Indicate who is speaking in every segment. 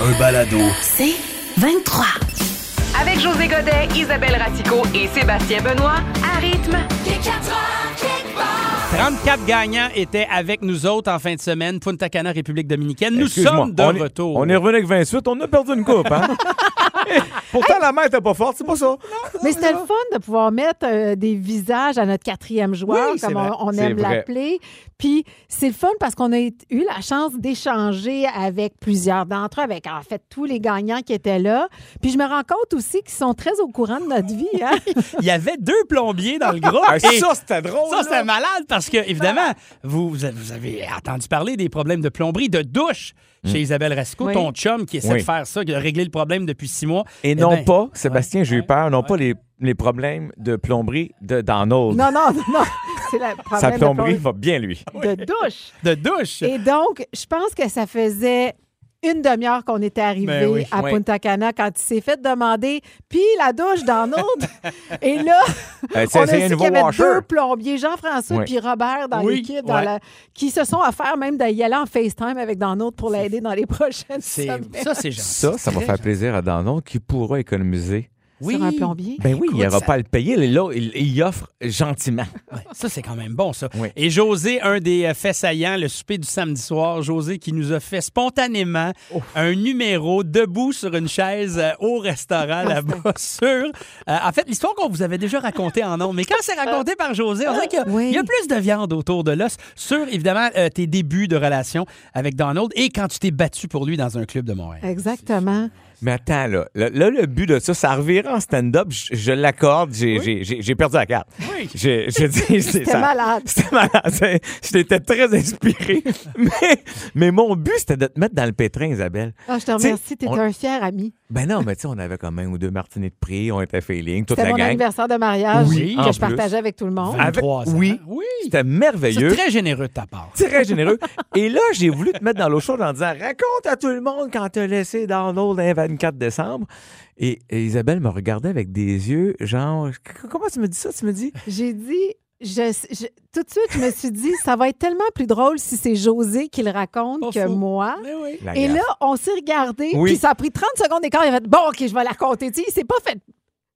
Speaker 1: Un balado.
Speaker 2: C'est 23.
Speaker 3: Avec José Godet, Isabelle Ratico et Sébastien Benoît, à rythme.
Speaker 4: 34 gagnants étaient avec nous autres en fin de semaine, Punta Cana, République dominicaine. Nous
Speaker 5: Excuse-moi,
Speaker 4: sommes de
Speaker 5: on est-
Speaker 4: retour.
Speaker 5: on est revenu avec 28, on a perdu une coupe. Hein? Pourtant, la main était pas forte, c'est pas ça.
Speaker 6: Mais c'était le fun de pouvoir mettre euh, des visages à notre quatrième joueur,
Speaker 5: Oui, c'est
Speaker 6: comme on,
Speaker 5: vrai.
Speaker 6: on
Speaker 5: C'est
Speaker 6: aime
Speaker 5: vrai.
Speaker 6: l'appeler. Puis c'est le fun parce qu'on a eu la chance d'échanger avec plusieurs d'entre eux, avec en fait tous les gagnants qui étaient là. Puis je me rends compte aussi qu'ils sont très au courant de notre vie. hein.
Speaker 4: Il y avait deux plombiers dans le groupe.
Speaker 5: Ah,
Speaker 4: et-
Speaker 5: ça, c'était drôle.
Speaker 4: Ça,
Speaker 5: là.
Speaker 4: c'était malade parce que, évidemment, vous, vous avez- vous avez entendu parler des problèmes de plomberie, de douche chez Isabelle Rasco,
Speaker 6: Oui.
Speaker 4: ton chum qui essaie
Speaker 5: Hmm. Oui.
Speaker 4: de faire ça, qui a réglé le problème depuis six mois.
Speaker 5: Et
Speaker 4: Eh
Speaker 5: non
Speaker 4: ben,
Speaker 5: pas, Sébastien,
Speaker 4: ouais,
Speaker 5: j'ai eu
Speaker 4: ouais,
Speaker 5: peur, non
Speaker 4: ouais.
Speaker 5: pas les, les problèmes de plomberie de, dans Knowles.
Speaker 6: Non, non, non, non. C'est le problème
Speaker 5: Sa
Speaker 6: de
Speaker 5: plomberie va bien, lui.
Speaker 6: plomb- de douche.
Speaker 4: De douche.
Speaker 6: Et donc, je pense que ça faisait une demi-heure qu'on était arrivé
Speaker 4: Ben oui.
Speaker 6: à
Speaker 5: Oui.
Speaker 6: Punta Cana quand il s'est fait demander, puis la douche dans l'autre. Et là,
Speaker 5: Euh,
Speaker 6: on
Speaker 5: c'est-
Speaker 6: a
Speaker 5: c'est un
Speaker 6: su qu'il
Speaker 5: nouveau
Speaker 6: y avait
Speaker 5: washer.
Speaker 6: deux plombiers, Jean-François
Speaker 5: Oui.
Speaker 6: puis Robert dans
Speaker 4: Oui,
Speaker 6: l'équipe, dans
Speaker 4: ouais.
Speaker 6: la- qui se sont offerts même d'y aller en FaceTime avec dans l'autre pour l'aider dans les prochaines
Speaker 4: C'est-
Speaker 6: semaines.
Speaker 4: ça, c'est gentil.
Speaker 5: Ça, ça va
Speaker 4: Très
Speaker 5: faire
Speaker 4: gentil.
Speaker 5: plaisir à Danon qui pourra économiser.
Speaker 4: Oui.
Speaker 6: Sur un plombier.
Speaker 5: Ben oui, il
Speaker 4: Écoute,
Speaker 5: n'aura
Speaker 4: ça-
Speaker 5: pas à le payer. mais Là, il, il offre gentiment.
Speaker 4: Ouais, ça, c'est quand même bon, ça.
Speaker 5: Oui.
Speaker 4: Et José, un des euh, faits saillants, le souper du samedi soir, José qui nous a fait spontanément un numéro debout sur une chaise euh, au restaurant là-bas sur... euh, en fait, l'histoire qu'on vous avait déjà racontée en ondes, mais quand c'est raconté par José, on dirait qu'il y a-
Speaker 6: Oui.
Speaker 4: il y a plus de viande autour de l'os sur, évidemment, euh, tes débuts de relation avec Donald et quand tu t'es battu pour lui dans un club de Montréal.
Speaker 6: Exactement.
Speaker 5: Mais attends, là, là, là, le but de ça, ça reviendra en stand-up. Je, je l'accorde, j'ai j'ai- j'ai- j'ai perdu la carte.
Speaker 4: Oui.
Speaker 5: J'ai- j'ai dit, c'est
Speaker 6: T'es
Speaker 5: ça.
Speaker 6: malade.
Speaker 5: C'était malade. C'est- J'étais très inspiré. mais, mais mon but, c'était de te mettre dans le pétrin, Isabelle.
Speaker 6: Ah, je te
Speaker 5: Tu sais,
Speaker 6: remercie, t'es
Speaker 5: on-
Speaker 6: un fier ami.
Speaker 5: Ben non, mais tu sais, on avait quand même ou deux martinis de prix, on était feeling, toute
Speaker 6: C'était
Speaker 5: la
Speaker 6: mon
Speaker 5: gang.
Speaker 6: anniversaire de mariage
Speaker 4: Oui,
Speaker 6: que
Speaker 5: en
Speaker 6: je partageais
Speaker 5: plus. Ah.
Speaker 6: avec tout le monde.
Speaker 5: Avec-
Speaker 4: 23 ans.
Speaker 5: oui.
Speaker 4: Oui.
Speaker 5: C'était
Speaker 4: C'est
Speaker 5: merveilleux.
Speaker 4: très généreux de ta part.
Speaker 5: très généreux. Et là, j'ai voulu te mettre dans l'eau chaude en disant raconte à tout le monde quand t'as laissé Donald le 24 décembre. Et, et Isabelle me regardait avec des yeux, genre, C- comment tu me dis ça? Tu me dis,
Speaker 6: J'ai dit, je, je- tout de suite, je me suis dit, ça va être tellement plus drôle si c'est José qui le raconte
Speaker 4: Pas
Speaker 6: que
Speaker 4: faux.
Speaker 6: moi.
Speaker 4: Ah. Mais oui.
Speaker 5: La
Speaker 6: Et
Speaker 5: gaffe.
Speaker 6: là, on s'est regardé,
Speaker 5: Oui.
Speaker 6: puis ça a pris 30 secondes d'écart. Il a fait, bon, OK, je vais la raconter. Tu sais, il s'est pas fait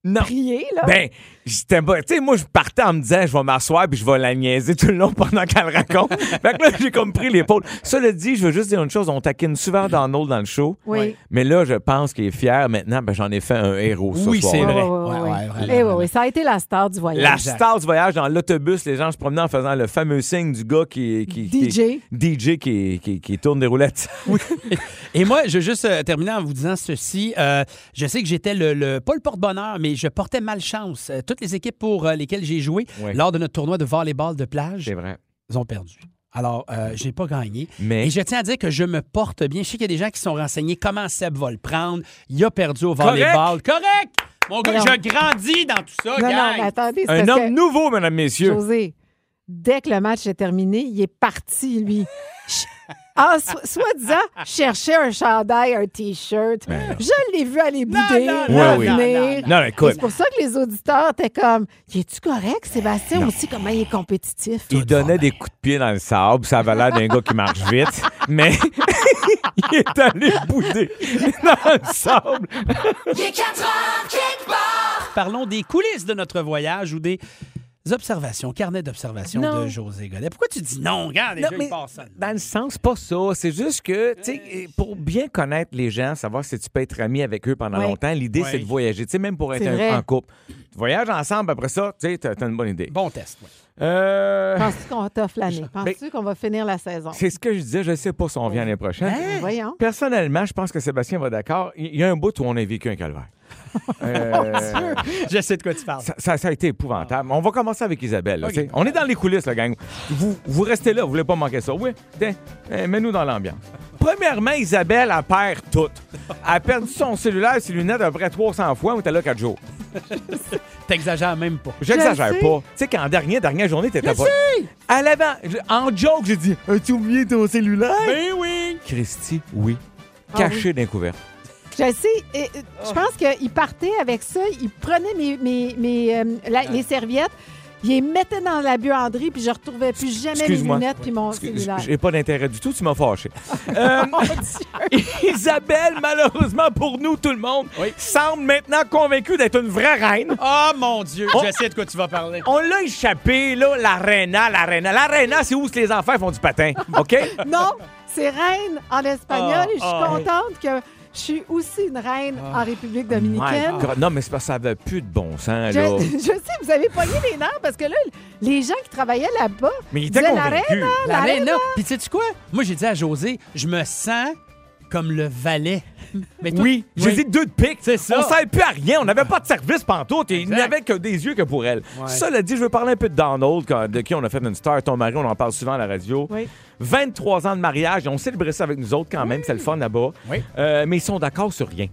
Speaker 5: non.
Speaker 6: prier, là.
Speaker 5: Ben, j'étais pas. Tu sais, moi, je partais en me disant, je vais m'asseoir puis je vais la niaiser tout le long pendant qu'elle raconte. fait que là, j'ai comme pris l'épaule. Cela dit, je veux juste dire une chose on taquine souvent Donald dans le show.
Speaker 6: oui.
Speaker 5: Mais là, je pense qu'il est fier maintenant. Ben, j'en ai fait un héros ce
Speaker 4: Oui,
Speaker 5: soir.
Speaker 4: c'est
Speaker 6: Ouais,
Speaker 4: vrai.
Speaker 6: ouais, ouais,
Speaker 4: Ouais, ouais,
Speaker 6: ouais. Eh
Speaker 4: vraiment,
Speaker 6: ouais,
Speaker 4: vraiment.
Speaker 6: ouais, ça a été la star du voyage.
Speaker 5: La
Speaker 4: Exact.
Speaker 5: star du voyage dans l'autobus, les gens se promenaient en faisant le fameux signe du gars qui. qui qui-
Speaker 6: DJ.
Speaker 5: DJ qui, qui, qui tourne des roulettes.
Speaker 4: Et moi, je veux juste euh, terminer en vous disant ceci. Euh, je sais que j'étais le, le- pas le porte-bonheur, mais je portais malchance. Euh, toutes les équipes pour euh, lesquelles j'ai joué
Speaker 5: Ouais.
Speaker 4: lors de notre tournoi de volleyball de plage,
Speaker 5: vrai.
Speaker 4: ils ont perdu. Alors, euh, j'ai pas gagné.
Speaker 5: Mais
Speaker 4: Et je tiens à dire que je me porte bien. Je sais qu'il y a des gens qui sont renseignés comment Seb va le prendre. Il a perdu au volleyball. Correct! Mon gars,
Speaker 6: Alors-
Speaker 4: je grandis dans tout ça,
Speaker 6: Non, non,
Speaker 4: gang.
Speaker 6: mais attendez, c'est
Speaker 5: Oh, un
Speaker 6: parce
Speaker 5: homme nouveau, mesdames,
Speaker 6: que,
Speaker 5: messieurs.
Speaker 6: José, dès que le match est terminé, il est parti, lui. Ch- En so- soi-disant, chercher un chandail, un T-shirt.
Speaker 5: Ben
Speaker 6: Je l'ai vu aller bouder,
Speaker 4: non,
Speaker 5: non,
Speaker 6: revenir.
Speaker 4: non, non,
Speaker 5: Non, mais
Speaker 6: Et
Speaker 5: écoute,
Speaker 6: C'est pour ça que les auditeurs étaient comme Es-tu correct, Sébastien aussi, comment il est compétitif?
Speaker 5: il donnait des coups de pied dans le sable. Ça avait l'air d'un gars qui marche vite, mais il est allé bouder dans le sable.
Speaker 4: Parlons des coulisses de notre voyage ou des observations, carnet d'observations
Speaker 6: Non.
Speaker 4: de José Godet. Pourquoi tu dis non? Regarde,
Speaker 5: Non,
Speaker 4: déjà,
Speaker 5: mais
Speaker 4: il passe ça.
Speaker 5: Dans le sens, pas ça. C'est juste que, tu sais, pour bien connaître les gens, savoir si tu peux être ami avec eux pendant
Speaker 6: Ouais.
Speaker 5: longtemps, l'idée,
Speaker 4: Ouais.
Speaker 5: c'est de voyager. Tu sais, même pour être
Speaker 6: C'est
Speaker 5: un-
Speaker 6: vrai.
Speaker 5: en couple. Tu voyages ensemble, après ça, tu sais, t'as t'as une bonne idée.
Speaker 4: Bon test. ouais.
Speaker 5: Euh,
Speaker 6: Penses-tu qu'on t'offre l'année? Penses-tu qu'on va finir la saison? Ben,
Speaker 5: c'est ce que je disais. Je sais pas
Speaker 6: Hein?
Speaker 5: si on revient l'année prochaine.
Speaker 6: Voyons.
Speaker 5: Personnellement, je pense que Sébastien va d'accord. Il il y a un bout où on a vécu un calvaire. Euh,
Speaker 4: Je sais de quoi tu parles.
Speaker 5: Ah. ça, ça- ça a été épouvantable. On va commencer avec Isabelle. là,
Speaker 4: Ah. OK.
Speaker 5: tu sais. On est dans les coulisses, la gang. Vous, vous restez là, vous voulez pas manquer ça. Oui, tiens, euh, mets-nous dans l'ambiance. Premièrement, Isabelle, elle perd tout. Elle a perdu son cellulaire, ses lunettes à peu près 300 fois, on était là 4 jours.
Speaker 4: T'exagères même pas.
Speaker 5: J'exagère
Speaker 6: Je sais.
Speaker 5: pas. Tu sais qu'en dernière, dernière journée, t'étais pas. À l'avant, je- en joke, j'ai dit As-tu oublié ton cellulaire
Speaker 4: Ben oui!
Speaker 5: Christy, oui.
Speaker 6: Ah
Speaker 5: Caché d'un couvert.
Speaker 6: Je sais, et, et,
Speaker 4: Oh.
Speaker 6: je pense qu'il partait avec ça, il prenait mes, mes, mes, euh, la- les serviettes, il les mettait dans la buanderie, puis je retrouvais plus jamais mes
Speaker 5: Excuse-moi.
Speaker 6: lunettes puis mon
Speaker 5: Parce que
Speaker 6: cellulaire.
Speaker 5: J'ai pas d'intérêt du tout, tu m'as fâché. Euh, Isabelle, malheureusement pour nous, tout le monde,
Speaker 4: Oui.
Speaker 5: semble maintenant convaincue d'être une vraie reine.
Speaker 4: Oh mon Dieu!
Speaker 5: Oh.
Speaker 4: Je sais de quoi tu vas parler.
Speaker 5: On l'a échappé, là, l'aréna, l'aréna. L'aréna, c'est où les enfants font du patin, OK?
Speaker 6: Non, c'est reine en espagnol
Speaker 4: Ah,
Speaker 6: et je suis
Speaker 4: ah.
Speaker 6: contente que je suis aussi une reine en République
Speaker 5: My
Speaker 6: dominicaine.
Speaker 5: God. Non, mais c'est parce que ça avait plus de bon sens,
Speaker 6: Je,
Speaker 5: là.
Speaker 6: je sais, vous avez pogné les nerfs parce que là, les gens qui travaillaient là-bas
Speaker 5: Mais il était
Speaker 6: disaient la
Speaker 5: convaincu.
Speaker 6: reine, hein, la reine.
Speaker 4: là. Puis tu sais quoi? Moi, j'ai dit à José, je me sens comme le valet. Mais toi-
Speaker 5: Oui, j'ai dit deux de pique.
Speaker 4: C'est ça.
Speaker 5: On savait plus à rien. On n'avait pas de service pantoute. Et il
Speaker 4: Exact.
Speaker 5: n'y avait que des yeux que pour elle.
Speaker 4: Ouais.
Speaker 5: Cela dit, je veux parler un peu de Donald, quand- de qui on a fait une star. Ton mari, on en parle souvent à la radio.
Speaker 6: Oui.
Speaker 5: 23 ans de mariage. et On célébrait ça avec nous autres quand même. C'est le fun là-bas.
Speaker 4: Oui.
Speaker 5: Euh, mais ils sont d'accord sur rien.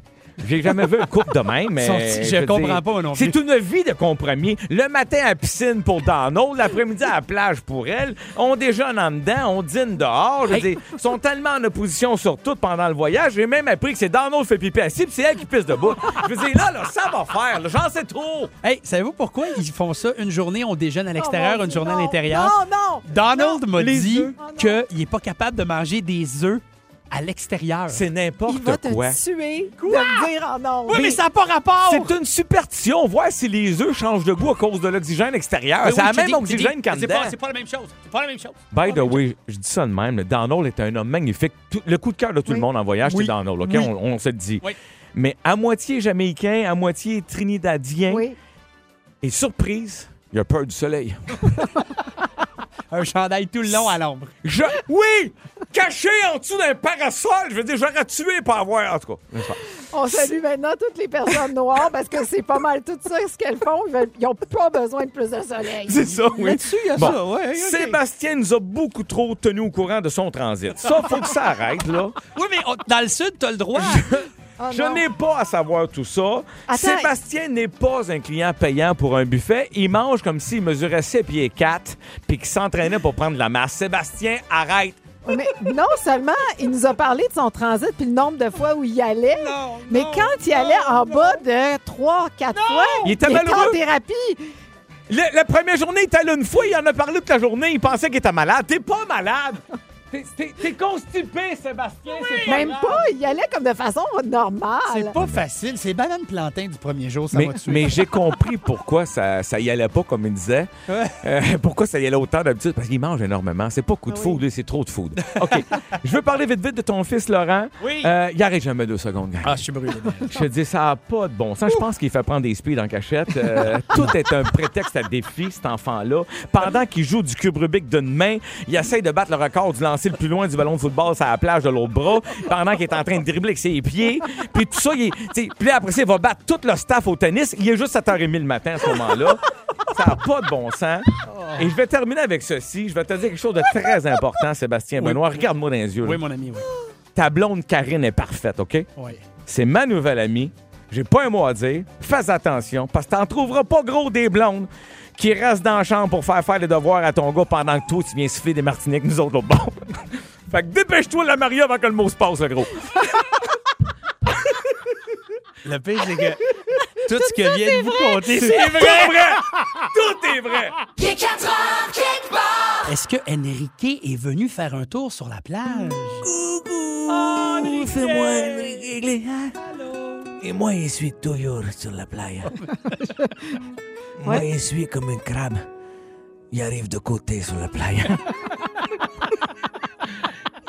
Speaker 5: J'ai jamais vu un couple de même, mais...
Speaker 4: Sont- je
Speaker 5: Ben, veux
Speaker 4: comprends pas, moi non
Speaker 5: C'est une vie de compromis. Le matin à la piscine pour Donald, l'après-midi à la plage pour elle. On déjeune en dedans, on dîne dehors. Je veux
Speaker 4: Hey.
Speaker 5: dire, ils sont tellement en opposition sur tout pendant le voyage. J'ai même appris que c'est Donald qui fait pipi assis, puis c'est elle qui pisse debout. Je veux dire, là, là, ça va faire. là, J'en sais trop.
Speaker 4: Hey, savez-vous pourquoi ils font ça? Une journée, on déjeune à
Speaker 6: Oh,
Speaker 4: l'extérieur,
Speaker 6: mon
Speaker 4: une
Speaker 6: Dieu,
Speaker 4: journée à
Speaker 6: non,
Speaker 4: l'intérieur.
Speaker 6: Non, non.
Speaker 4: Donald m'a
Speaker 5: les
Speaker 4: dit
Speaker 5: œufs.
Speaker 4: qu'il n'est pas capable de manger des œufs à l'extérieur.
Speaker 5: C'est
Speaker 6: Il va
Speaker 5: n'importe
Speaker 6: te
Speaker 5: quoi.
Speaker 6: tuer de me dire en nom.
Speaker 4: Oui, mais ça n'a pas rapport!
Speaker 5: C'est une superstition. Voir si les œufs changent de goût à cause de l'oxygène extérieur.
Speaker 4: Ben oui,
Speaker 5: c'est la
Speaker 4: j'ai
Speaker 5: Ah, même
Speaker 4: dit- j'ai dit-
Speaker 5: oxygène qu'en
Speaker 4: c'est
Speaker 5: dedans.
Speaker 4: pas, c'est pas la même chose. C'est pas la même chose.
Speaker 5: By the way, je dis ça de même. le Donald est un homme magnifique. Tout- le coup de cœur de tout
Speaker 6: Oui.
Speaker 5: le monde en voyage,
Speaker 4: Oui.
Speaker 5: c'est Donald, OK?
Speaker 4: Oui.
Speaker 5: On, on se le dit.
Speaker 4: Oui.
Speaker 5: Mais à moitié jamaïcain, à moitié trinidadien.
Speaker 6: Oui.
Speaker 5: Et surprise, il a peur du soleil.
Speaker 4: Un chandail tout le long à l'ombre.
Speaker 5: Je... Oui! Caché en dessous d'un parasol! Je veux dire, j'aurais tué pour avoir... En tout cas, laisse faire.
Speaker 6: On salue maintenant toutes les personnes noires parce que c'est pas mal tout ça ce qu'elles font. Ils veulent- Ils n'ont pas besoin de plus de soleil.
Speaker 5: C'est ça, oui.
Speaker 4: Là-dessus, il y a
Speaker 5: Bon.
Speaker 4: ça, ouais, ok.
Speaker 5: Sébastien nous a beaucoup trop tenu au courant de son transit. Ça, faut que ça arrête, là.
Speaker 4: Oui, mais on- dans le sud, t'as le droit.
Speaker 6: Oh
Speaker 5: Je
Speaker 6: non.
Speaker 5: n'ai pas à savoir tout ça.
Speaker 6: Attends.
Speaker 5: Sébastien n'est pas un client payant pour un buffet. Il mange comme s'il mesurait 7 pieds 4 puis qu'il s'entraînait pour prendre de la masse. Sébastien, arrête.
Speaker 6: Mais non seulement il nous a parlé de son transit puis le nombre de fois où il y allait,
Speaker 4: Non,
Speaker 6: mais
Speaker 4: non,
Speaker 6: quand il allait en bas de 3 4 fois,
Speaker 5: Il était
Speaker 6: en
Speaker 5: malheureux.
Speaker 6: thérapie.
Speaker 5: Le- la première journée, il était là une fois. Il en a parlé toute la journée. Il pensait qu'il était malade. T'es pas malade. T'es- T'es t'es constipé, Sébastien. c'est
Speaker 6: Même
Speaker 5: grave.
Speaker 6: pas, il y allait comme de façon normale.
Speaker 4: C'est pas facile. C'est banane plantain du premier jour, ça
Speaker 5: Mais,
Speaker 4: m'a tué.
Speaker 5: mais j'ai compris pourquoi ça, ça y allait pas, comme il disait.
Speaker 4: Ouais.
Speaker 5: Euh, pourquoi ça y allait autant d'habitude? Parce qu'il mange énormément. C'est pas coup de
Speaker 6: Ah oui.
Speaker 5: food, c'est trop de food. OK. Je veux parler vite, vite de ton fils, Laurent.
Speaker 4: Oui.
Speaker 5: Euh, il arrête jamais deux secondes, gang.
Speaker 4: Ah, je suis brûlé.
Speaker 5: Je te dis, ça n'a pas de bon sens. Je pense qu'il fait prendre des speeds en cachette. Euh, tout est un prétexte à défi, cet enfant-là. Pendant qu'il joue du cube Rubik d'une main, il essaye de battre le record du lancer le plus loin du ballon de football sur la plage de l'autre bras, pendant qu'il est en train de dribbler avec ses pieds. Puis tout ça, il est, tu sais, puis là, après ça, il va battre tout le staff au tennis. Il est juste 7h30 le matin à ce moment-là. Ça n'a pas de bon sens.
Speaker 4: Oh.
Speaker 5: Et je vais terminer avec ceci. Je vais te dire quelque chose de très important, Sébastien
Speaker 4: Oui.
Speaker 5: Benoît. Regarde-moi dans les yeux.
Speaker 4: Oui,
Speaker 5: là.
Speaker 4: mon ami, oui.
Speaker 5: Ta blonde Karine est parfaite, OK?
Speaker 4: Ouais.
Speaker 5: C'est ma nouvelle amie. J'ai pas un mot à dire. Fais attention, parce que t'en trouveras pas gros des blondes qui restent dans la chambre pour faire faire les devoirs à ton gars pendant que toi, tu viens siffler des martiniques, nous autres, l'autre bon. fait que dépêche-toi de la marier avant que le mot se passe, le gros.
Speaker 4: Le pire, c'est que tout ce que vient de vous conter, c'est
Speaker 5: C'est vrai! Tout est vrai!
Speaker 4: Est-ce que Enrique est venu faire un tour sur la plage?
Speaker 7: Oh, C'est moi, Enrique Iglesias. Et moi, je suis toujours sur la playa. moi, je suis comme un crabe. J'arrive de côté sur la playa.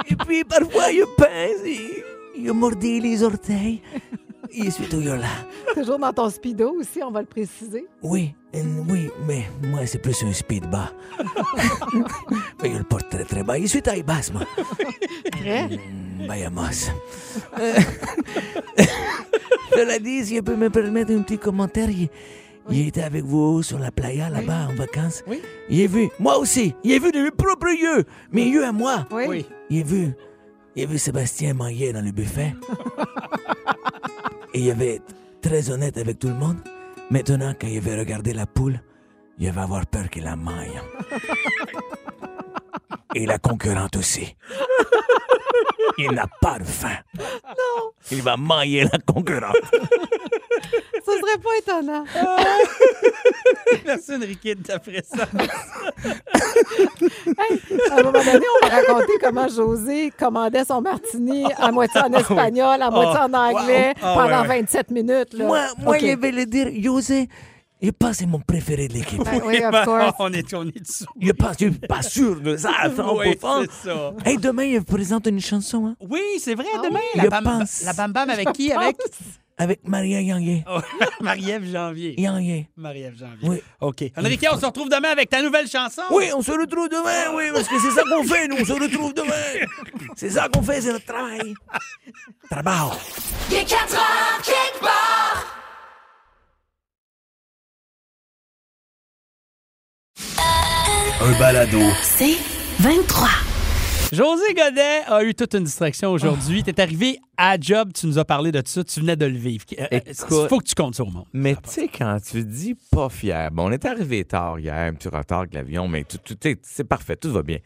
Speaker 7: Et puis, parfois, je pince et je mordis les orteils. Je suis toujours là.
Speaker 6: Toujours dans ton speedo aussi, on va le préciser.
Speaker 7: Oui, euh, oui, mais moi, c'est plus un speed bas. mais je le porte très, très bas. Je suis taille basse, moi.
Speaker 6: Vrai?
Speaker 7: Mm, Vayamos. Cela dit, si Eh. je peux me permettre un petit commentaire, il, il était avec vous sur la playa là-bas en vacances.
Speaker 8: Oui.
Speaker 7: Il est vu, moi aussi, il est vu de mes propres yeux, mes yeux à moi.
Speaker 8: Oui. Oui.
Speaker 7: Il est vu, il a vu Sébastien manger dans le buffet. Et il avait être très honnête avec tout le monde. Maintenant, quand il avait regardé la poule, il va avoir peur qu'il la maille. Et la concurrente aussi. Il n'a pas de faim.
Speaker 6: Non,
Speaker 7: Il va mailler la concurrente.
Speaker 6: ce serait pas étonnant.
Speaker 4: Merci, Enriquide, après ça.
Speaker 6: Hey, à un moment donné, on m'a raconté comment José commandait son martini à moitié en espagnol, à moitié en anglais,
Speaker 7: wow. Ah,
Speaker 6: pendant
Speaker 7: ouais, ouais.
Speaker 6: 27 minutes. là.
Speaker 7: Moi, moi
Speaker 6: OK. Ben
Speaker 7: je vais le dire, José, je pense que c'est mon préféré de l'équipe.
Speaker 6: Ben oui, of course.
Speaker 4: On est, on est dessous.
Speaker 7: Je pense, je suis pas sûr de ça à 100%.
Speaker 4: Oui, c'est ça.
Speaker 7: Hey, demain, il présente une chanson hein,
Speaker 4: Oui, c'est vrai, demain.
Speaker 7: oui?
Speaker 4: La
Speaker 7: Je
Speaker 4: bam,
Speaker 7: pense.
Speaker 4: la bam Bam avec qui? Avec
Speaker 7: avec Maria Yangé.
Speaker 4: Oh, Marie-Ève Janvier.
Speaker 7: Yangé.
Speaker 4: Marie-Ève Janvier.
Speaker 7: Oui.
Speaker 4: OK. Enrique, on se retrouve demain avec ta nouvelle chanson.
Speaker 7: Oui, on se retrouve demain, oui, parce que c'est ça qu'on fait, nous, on se retrouve demain. C'est ça qu'on fait, c'est notre travail. Travail.
Speaker 1: Il est 4 heures quelque part.
Speaker 9: Un balado.
Speaker 2: C'est 23.
Speaker 4: José Godet a eu toute une distraction aujourd'hui. T'es arrivé à job, tu nous as parlé de ça, tu venais de le vivre. Il
Speaker 5: Écoute.
Speaker 4: faut que tu comptes sur le monde.
Speaker 5: Mais tu sais, quand tu dis pas fier, bon, on est arrivé tard hier, un petit retard avec l'avion, mais tout, tout, tu sais, c'est parfait, tout va bien.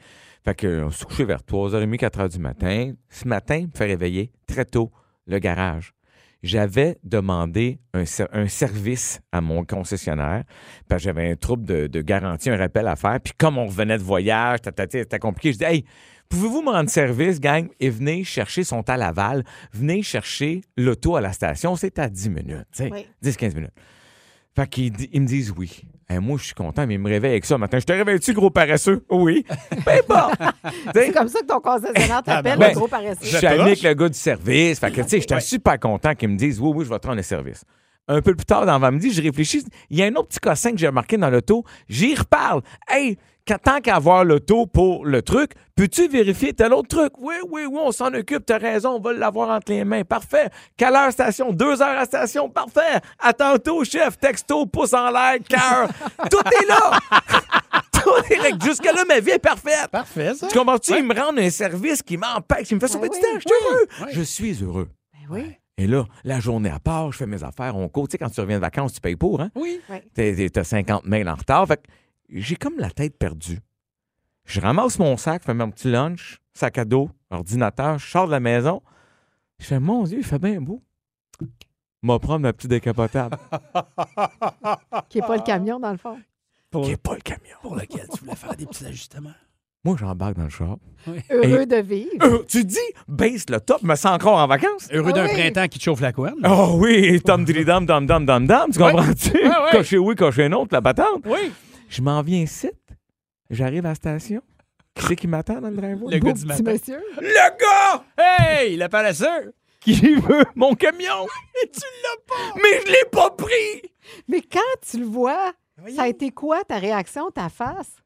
Speaker 5: Fait que, euh, on s'est couché vers 3h30, 4h du matin. Ce matin, il me fait réveiller très tôt le garage. J'avais demandé un, ser- un service à mon concessionnaire parce que j'avais un trouble de, de garantie, un rappel à faire. Puis comme on revenait de voyage, ta, ta, ta, c'était compliqué, je dis Hey, pouvez-vous me rendre service, gang? Et venez chercher, ils sont à Laval, venez chercher l'auto à la station. C'est à 10 minutes, tu sais,
Speaker 6: Oui.
Speaker 5: 10-15 minutes. Fait qu'ils di- ils me disent oui. Et moi, je suis content, mais ils me réveillent avec ça le matin. Je te réveille-tu, gros paresseux? Oui. Ben bon! Tu sais,
Speaker 6: C'est comme ça que ton
Speaker 7: Ah,
Speaker 6: concessionnaire t'appelle,
Speaker 5: ben,
Speaker 6: le gros
Speaker 5: je
Speaker 6: paresseux.
Speaker 5: suis allé avec le gars du service. Fait que, tu sais, j'étais super content qu'ils me disent oui, oui, je vais te rendre le service. Un peu plus tard, dans midi, je réfléchis. Il y a un autre petit cossin que j'ai remarqué dans l'auto. J'y reparle. Hey, qu'à- tant qu'à avoir l'auto pour le truc, peux-tu vérifier tel autre truc? Oui, oui, oui, on s'en occupe. T'as raison, on va l'avoir entre les mains. Parfait. Quelle heure station? Deux heures à station. Parfait. À tantôt, chef. Texto, pouce en l'air, cœur. Tout est là. Tout est là. Jusque-là, ma vie est parfaite.
Speaker 4: Parfait, ça.
Speaker 5: Tu comprends-tu? Ils me rendent un service qui m'empêche, qui me fait sauver
Speaker 6: Ben
Speaker 5: du
Speaker 6: oui, Ben
Speaker 5: temps. Je suis heureux. Je suis heureux.
Speaker 6: Oui,
Speaker 5: Et là, la journée à part, je fais mes affaires, on court. Tu sais, quand tu reviens de vacances, tu payes pour, hein?
Speaker 4: Oui.
Speaker 6: oui.
Speaker 5: T'es- t'es- T'as 50 mails en retard. Fait que j'ai comme la tête perdue. Je ramasse mon sac, fais mon petit lunch, sac à dos, ordinateur, je sors de la maison. Je fais, mon Dieu, il fait bien beau. M'a prendre ma petite décapotable.
Speaker 7: ben,
Speaker 6: Qui n'est pas le camion, dans le fond.
Speaker 5: Qui est pas le camion.
Speaker 4: Pour lequel tu voulais faire des petits ajustements.
Speaker 5: Moi, j'embarque dans le char.
Speaker 6: Heureux de vivre.
Speaker 7: ben,
Speaker 5: Euh, tu dis, baisse le top, me sens encore en vacances.
Speaker 4: Heureux
Speaker 6: Ah
Speaker 4: d'un
Speaker 6: oui.
Speaker 4: printemps qui te chauffe la couenne.
Speaker 5: Oh oui, Tom Dridam, Dom Dom Dom Dom, tu comprends-tu? Cocher oui, cocher non, la patente.
Speaker 4: Oui.
Speaker 5: Je m'en viens ici, j'arrive à la station. Qui c'est qui m'attend dans le driveway?
Speaker 4: Le
Speaker 5: Beau
Speaker 4: gars du
Speaker 6: Petit
Speaker 7: ben.
Speaker 4: matin.
Speaker 6: monsieur.
Speaker 5: Le gars
Speaker 4: Hey, le paresseux.
Speaker 5: qui veut mon camion! Et tu l'as pas! Mais je l'ai pas pris!
Speaker 6: Mais quand tu le vois, ça a été quoi ta réaction, ta face?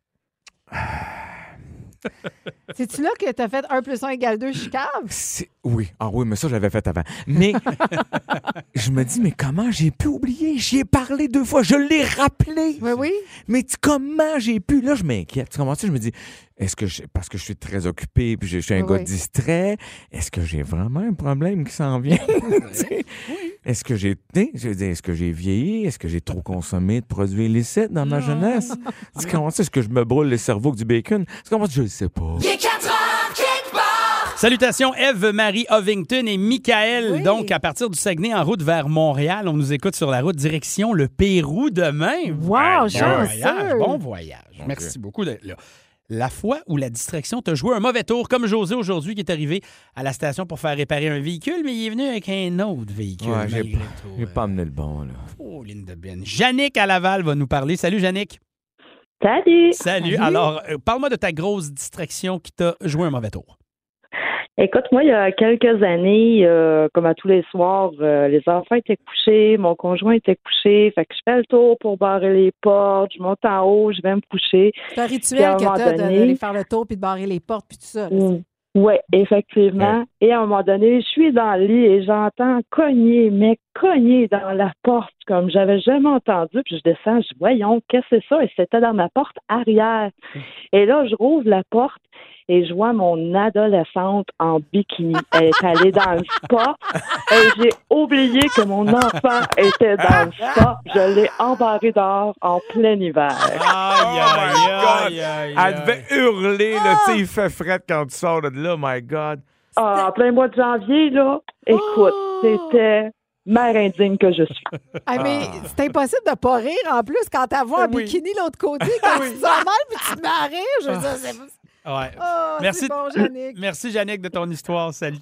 Speaker 6: C'est-tu là que t'as fait 1 plus 1 égale 2 chicave?
Speaker 5: C'est- Oui, ah oui, mais ça, je l'avais fait avant. Mais je me dis, mais comment j'ai pu oublier? J'y ai parlé deux fois, je l'ai rappelé!
Speaker 7: Ben
Speaker 6: Oui, oui.
Speaker 5: Mais tu- comment j'ai pu? Là, je m'inquiète. Tu comprends-tu? Je me dis, est-ce que je- parce que je suis très occupé puis je, je suis un gars
Speaker 6: Oui.
Speaker 5: distrait, est-ce que j'ai vraiment un problème qui s'en vient? Tu sais? Est-ce que j'ai, tu sais, je veux dire, est-ce que j'ai vieilli? Est-ce que j'ai trop consommé de produits illicites dans ma jeunesse? Tu comprends Est-ce que je me brûle le cerveau avec du bacon? Tu comprends Je le sais pas.
Speaker 1: Il est 4 heures quelque part.
Speaker 4: Salutations Eve-Marie Ovington et Michael.
Speaker 6: Oui.
Speaker 4: Donc, à partir du Saguenay en route vers Montréal, on nous écoute sur la route direction le Pérou demain.
Speaker 6: Wow,
Speaker 4: voyage,
Speaker 6: chanceux.
Speaker 4: bon voyage. Merci beaucoup d'être là. La fois où la distraction t'a joué un mauvais tour, comme José aujourd'hui qui est arrivé à la station pour faire réparer un véhicule, mais il est venu avec un autre véhicule.
Speaker 5: Ouais, j'ai
Speaker 4: malgré
Speaker 5: pas-
Speaker 4: tout.
Speaker 5: J'ai pas amené le bon, là.
Speaker 4: Oh, ligne de benne. Yannick à Laval va nous parler. Salut, Yannick.
Speaker 10: Salut.
Speaker 4: Salut.
Speaker 6: Salut.
Speaker 4: Alors, euh, parle-moi de ta grosse distraction qui t'a joué un mauvais tour.
Speaker 10: Écoute, moi, il y a quelques années, euh, comme à tous les soirs, euh, les enfants étaient couchés, mon conjoint était couché, fait que je fais le tour pour barrer les portes, je monte en haut, je vais me coucher.
Speaker 6: C'est un
Speaker 10: Puis à un
Speaker 6: rituel que
Speaker 10: moment
Speaker 6: t'as de-
Speaker 10: donné-
Speaker 6: d'aller faire le tour puis de barrer les portes puis tout ça. là.
Speaker 10: Oui, Ouais, effectivement. Et à un moment donné, je suis dans le lit et j'entends cogner, mais cogné dans la porte comme j'avais jamais entendu. Puis je descends, je dis, voyons, qu'est-ce que c'est ça? Et c'était dans ma porte arrière. Et là, je rouvre la porte et je vois mon adolescente en bikini. Elle est allée dans le spa et j'ai oublié que mon enfant était dans le spa. Je l'ai embarré dehors en plein hiver.
Speaker 5: aïe, aïe, Oh Elle devait hurler, là, tu sais, il fait fret quand tu sors de là, my God.
Speaker 10: Ah, en plein mois de janvier, là, écoute,
Speaker 8: Oh!
Speaker 10: c'était mère indigne que je suis.
Speaker 6: Ah, mais c'est impossible de pas rire en plus quand t'as voix en
Speaker 10: Oui.
Speaker 6: bikini de l'autre côté, quand tu te sens mal puis tu te mets à rire. Je veux dire, c'est-
Speaker 4: Ouais.
Speaker 6: Oh,
Speaker 4: Merci,
Speaker 6: c'est bon, Yannick.
Speaker 4: Merci, Yannick, de ton histoire. Salut.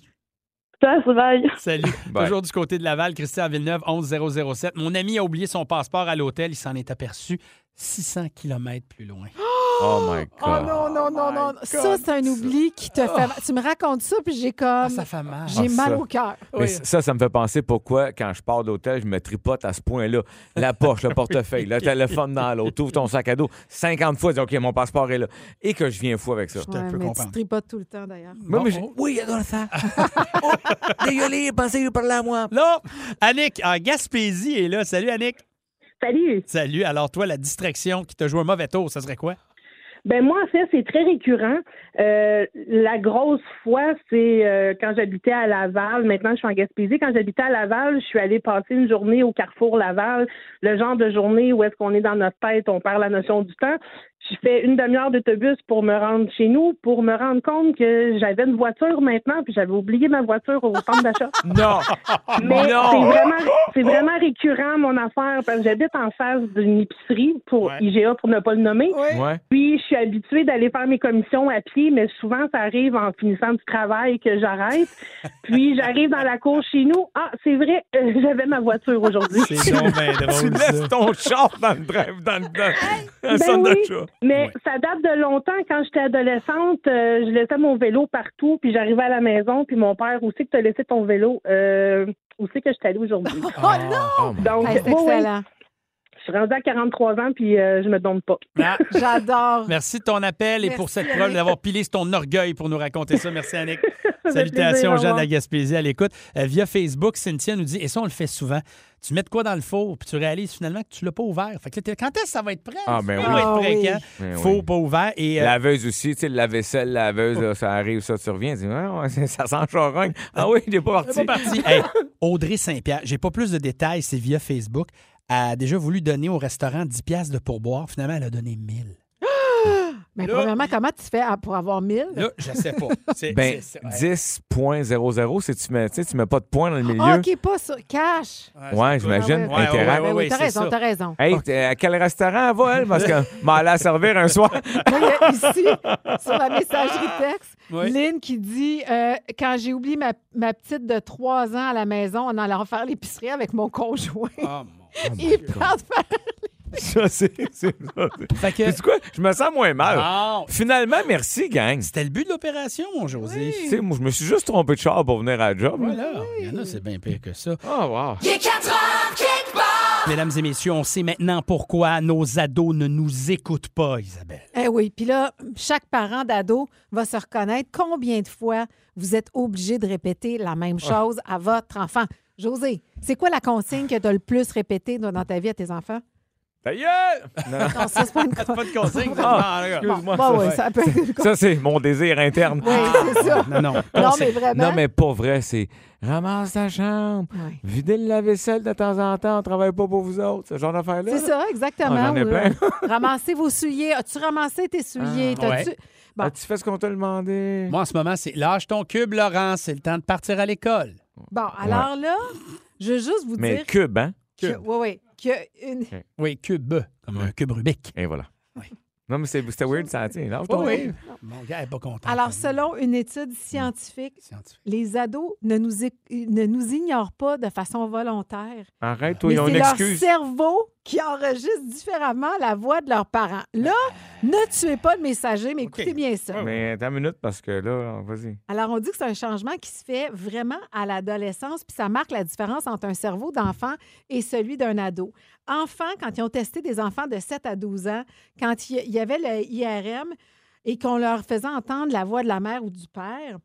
Speaker 4: Salut.
Speaker 5: Bye.
Speaker 4: Toujours du côté de Laval, Christian Villeneuve, 11007. Mon ami a oublié son passeport à l'hôtel. Il s'en est aperçu 600 km plus loin.
Speaker 6: Ah,
Speaker 5: Oh my
Speaker 6: Oh non, non, non, non. Ça, c'est un oubli qui te fait mal. Tu me racontes ça, puis j'ai comme. J'ai
Speaker 5: Ah,
Speaker 6: mal
Speaker 5: ça.
Speaker 6: au cœur.
Speaker 5: Mais ça, ça me fait penser pourquoi, quand je pars d'hôtel, je me tripote à ce point-là. La poche, le portefeuille, le téléphone dans l'autre, ouvre ton sac à dos 50 fois, dis OK, mon passeport est là. Et que je viens fou avec ça.
Speaker 6: Ouais, mais tu te tripotes tout le temps, d'ailleurs.
Speaker 5: Moi, mais j'ai-
Speaker 7: Oui, j'adore ça. oh, désolé, passez par là, moi.
Speaker 4: Non! Annick, en Gaspésie, est là. Salut, Annick.
Speaker 8: Salut.
Speaker 4: Salut. Alors, toi, la distraction qui te joue un mauvais tour, ça serait quoi?
Speaker 8: Ben moi, en fait, c'est très récurrent. Euh, la grosse fois, c'est euh, quand j'habitais à Laval. Maintenant, je suis en Gaspésie. Quand j'habitais à Laval, je suis allée passer une journée au Carrefour Laval, le genre de journée où est-ce qu'on est dans notre tête, on perd la notion du temps. Je fais une demi-heure d'autobus pour me rendre chez nous, pour me rendre compte que j'avais une voiture maintenant, puis j'avais oublié ma voiture au centre d'achat.
Speaker 5: Non!
Speaker 8: Mais
Speaker 5: Non!
Speaker 8: c'est vraiment, c'est vraiment récurrent, mon affaire, parce que j'habite en face d'une épicerie pour IGA, pour ne pas le nommer.
Speaker 6: Oh.
Speaker 5: Ouais.
Speaker 8: Puis, je suis habituée d'aller faire mes commissions à pied, mais souvent, ça arrive en finissant du travail que j'arrête. Puis, j'arrive dans la cour chez nous. Ah, c'est vrai, euh, j'avais ma voiture aujourd'hui.
Speaker 5: tu tu laisses ton char dans le drive, dans le, dans, dans le
Speaker 8: Ben
Speaker 5: centre
Speaker 8: oui,
Speaker 5: d'achat.
Speaker 8: mais ça date de longtemps. Quand j'étais adolescente, euh, je laissais mon vélo partout, puis j'arrivais à la maison, puis mon père, aussi que t'as laissé ton vélo? Euh, où c'est que je suis allée aujourd'hui?
Speaker 6: Oh
Speaker 5: Ah,
Speaker 6: non!
Speaker 8: Donc,
Speaker 6: Hey, c'est
Speaker 8: ouais, ouais.
Speaker 6: excellent.
Speaker 8: Je suis rendue à 43 ans, puis euh, je me donne pas.
Speaker 6: J'adore.
Speaker 4: Merci de ton appel et
Speaker 8: Merci,
Speaker 4: pour cette
Speaker 8: Annick.
Speaker 4: preuve d'avoir pilé sur ton orgueil pour nous raconter ça. Merci, Annick.
Speaker 8: fait plaisir,
Speaker 4: Salutations
Speaker 8: au
Speaker 4: aux gens de la
Speaker 8: revoir.
Speaker 4: Gaspésie à l'écoute. Euh, via Facebook, Cynthia nous dit, et ça, on le fait souvent, tu mets de quoi dans le four, puis tu réalises finalement que tu l'as pas ouvert. Fait que là, t'es- quand est-ce que ça va être prêt?
Speaker 5: Ah, ben
Speaker 4: Ça
Speaker 5: oui.
Speaker 4: va être prêt
Speaker 5: Ah,
Speaker 4: quand?
Speaker 5: oui. Ben
Speaker 4: Four
Speaker 5: oui.
Speaker 4: pas ouvert. Et, euh,
Speaker 5: Laveuse aussi, tu sais, la vaisselle, laveuse, là, ça arrive, ça, tu reviens, tu dis, Ah, ouais, ça sent charogne. Ah oui, il est pas parti.
Speaker 4: C'est pas parti. Hey, Audrey Saint-Pierre, j'ai pas plus de détails, c'est via Facebook, a déjà voulu donner au restaurant 10 piastres de pourboire. Finalement, elle a donné 1000.
Speaker 6: Mais
Speaker 4: Là,
Speaker 6: premièrement, comment tu fais à- pour avoir 1000?
Speaker 4: Là, je sais pas. C'est-
Speaker 5: Ben,
Speaker 4: c'est- c'est-
Speaker 5: 10.00, c'est tu mets, tu sais, tu mets pas de point dans le milieu.
Speaker 6: Ah, OK, pas ça. Cash.
Speaker 5: Ouais, j'imagine.
Speaker 6: Ah ouais, ouais,
Speaker 5: Interact.
Speaker 6: ouais, ouais, ouais, T'as c'est raison, ça. t'as raison.
Speaker 5: Hey, t'es à quel restaurant va, elle? Parce que m'en aller la servir un soir.
Speaker 6: Là, il y a ici, sur la messagerie texte,
Speaker 5: Oui.
Speaker 6: Lynn qui dit euh, Quand j'ai oublié ma, ma petite de 3 ans à la maison, on allait faire l'épicerie avec mon conjoint.
Speaker 4: Oh,
Speaker 5: Oh
Speaker 6: Il part faire
Speaker 5: Ça, c'est. C'est
Speaker 4: Fait que-
Speaker 5: Sais-tu quoi? Je me sens moins mal.
Speaker 6: Ah.
Speaker 4: Non.
Speaker 5: Finalement, merci, gang.
Speaker 4: C'était le but de l'opération, mon José.
Speaker 5: Tu sais, moi, je me suis juste trompé de char pour venir à la job.
Speaker 4: Voilà. Ah Il y en a, c'est bien pire que ça.
Speaker 5: Oh, wow.
Speaker 1: Il est 4 heures, kick
Speaker 4: Mesdames et messieurs, on sait maintenant pourquoi nos ados ne nous écoutent pas, Isabelle.
Speaker 6: Eh oui, puis là, chaque parent d'ado va se reconnaître combien de fois vous êtes obligé de répéter la même
Speaker 5: Ah.
Speaker 6: chose à votre enfant. José, c'est quoi la consigne que tu as le plus répétée dans dans ta vie à tes enfants?
Speaker 5: Ta gueule! Non.
Speaker 6: Non, ça, c'est pas une
Speaker 4: pas de consigne.
Speaker 5: Ah,
Speaker 4: ça.
Speaker 5: excuse-moi.
Speaker 6: Bon, ouais, ça peut être une
Speaker 5: Ça, c'est mon désir interne. Ah.
Speaker 6: Oui, c'est ça.
Speaker 4: Non, non.
Speaker 6: Non, mais vraiment.
Speaker 5: Non, mais pas vrai, c'est ramasse ta chambre, videz le lave-vaisselle de temps en temps, on travaille pas pour vous autres, ce genre d'affaires-là.
Speaker 6: C'est ça, exactement.
Speaker 5: Ah, j'en ai
Speaker 6: Ou,
Speaker 5: plein.
Speaker 6: euh, ramassez vos souliers. As-tu ramassé tes souliers?
Speaker 4: Ah,
Speaker 6: T'as-tu-
Speaker 4: ouais.
Speaker 6: Bon.
Speaker 5: As-tu fait ce qu'on t'a demandé?
Speaker 4: Moi, en ce moment, c'est lâche ton cube, Laurent. C'est le temps de partir à l'école.
Speaker 6: Bon, alors là, je veux juste vous
Speaker 5: Mais
Speaker 6: dire.
Speaker 5: cube, hein?
Speaker 6: que- Oui, oui. Que une...
Speaker 4: Oui, cube, comme un cube Rubik.
Speaker 5: Et voilà. Non, mais c'est- c'était weird, ça tient. Lâche ton
Speaker 4: Oui,
Speaker 5: cul.
Speaker 4: oui. Mon gars est pas content.
Speaker 6: Alors, selon une étude scientifique, les ados ne nous, é- ne nous ignorent pas de façon volontaire.
Speaker 5: Arrête, toi,
Speaker 6: Mais
Speaker 5: ils ont
Speaker 6: c'est
Speaker 5: une
Speaker 6: leur
Speaker 5: excuse.
Speaker 6: cerveau qui enregistre différemment la voix de leurs parents. Là,
Speaker 5: Ah.
Speaker 6: ne tuez pas le messager, mais écoutez bien ça.
Speaker 5: Mais attends une minute, parce que là, vas-y.
Speaker 6: Alors, on dit que c'est un changement qui se fait vraiment à l'adolescence, puis ça marque la différence entre un cerveau d'enfant et celui d'un ado. Enfants, quand ils ont testé des enfants de 7 à 12 ans, quand il il y avait le IRM et qu'on leur faisait entendre la voix de la mère ou du père,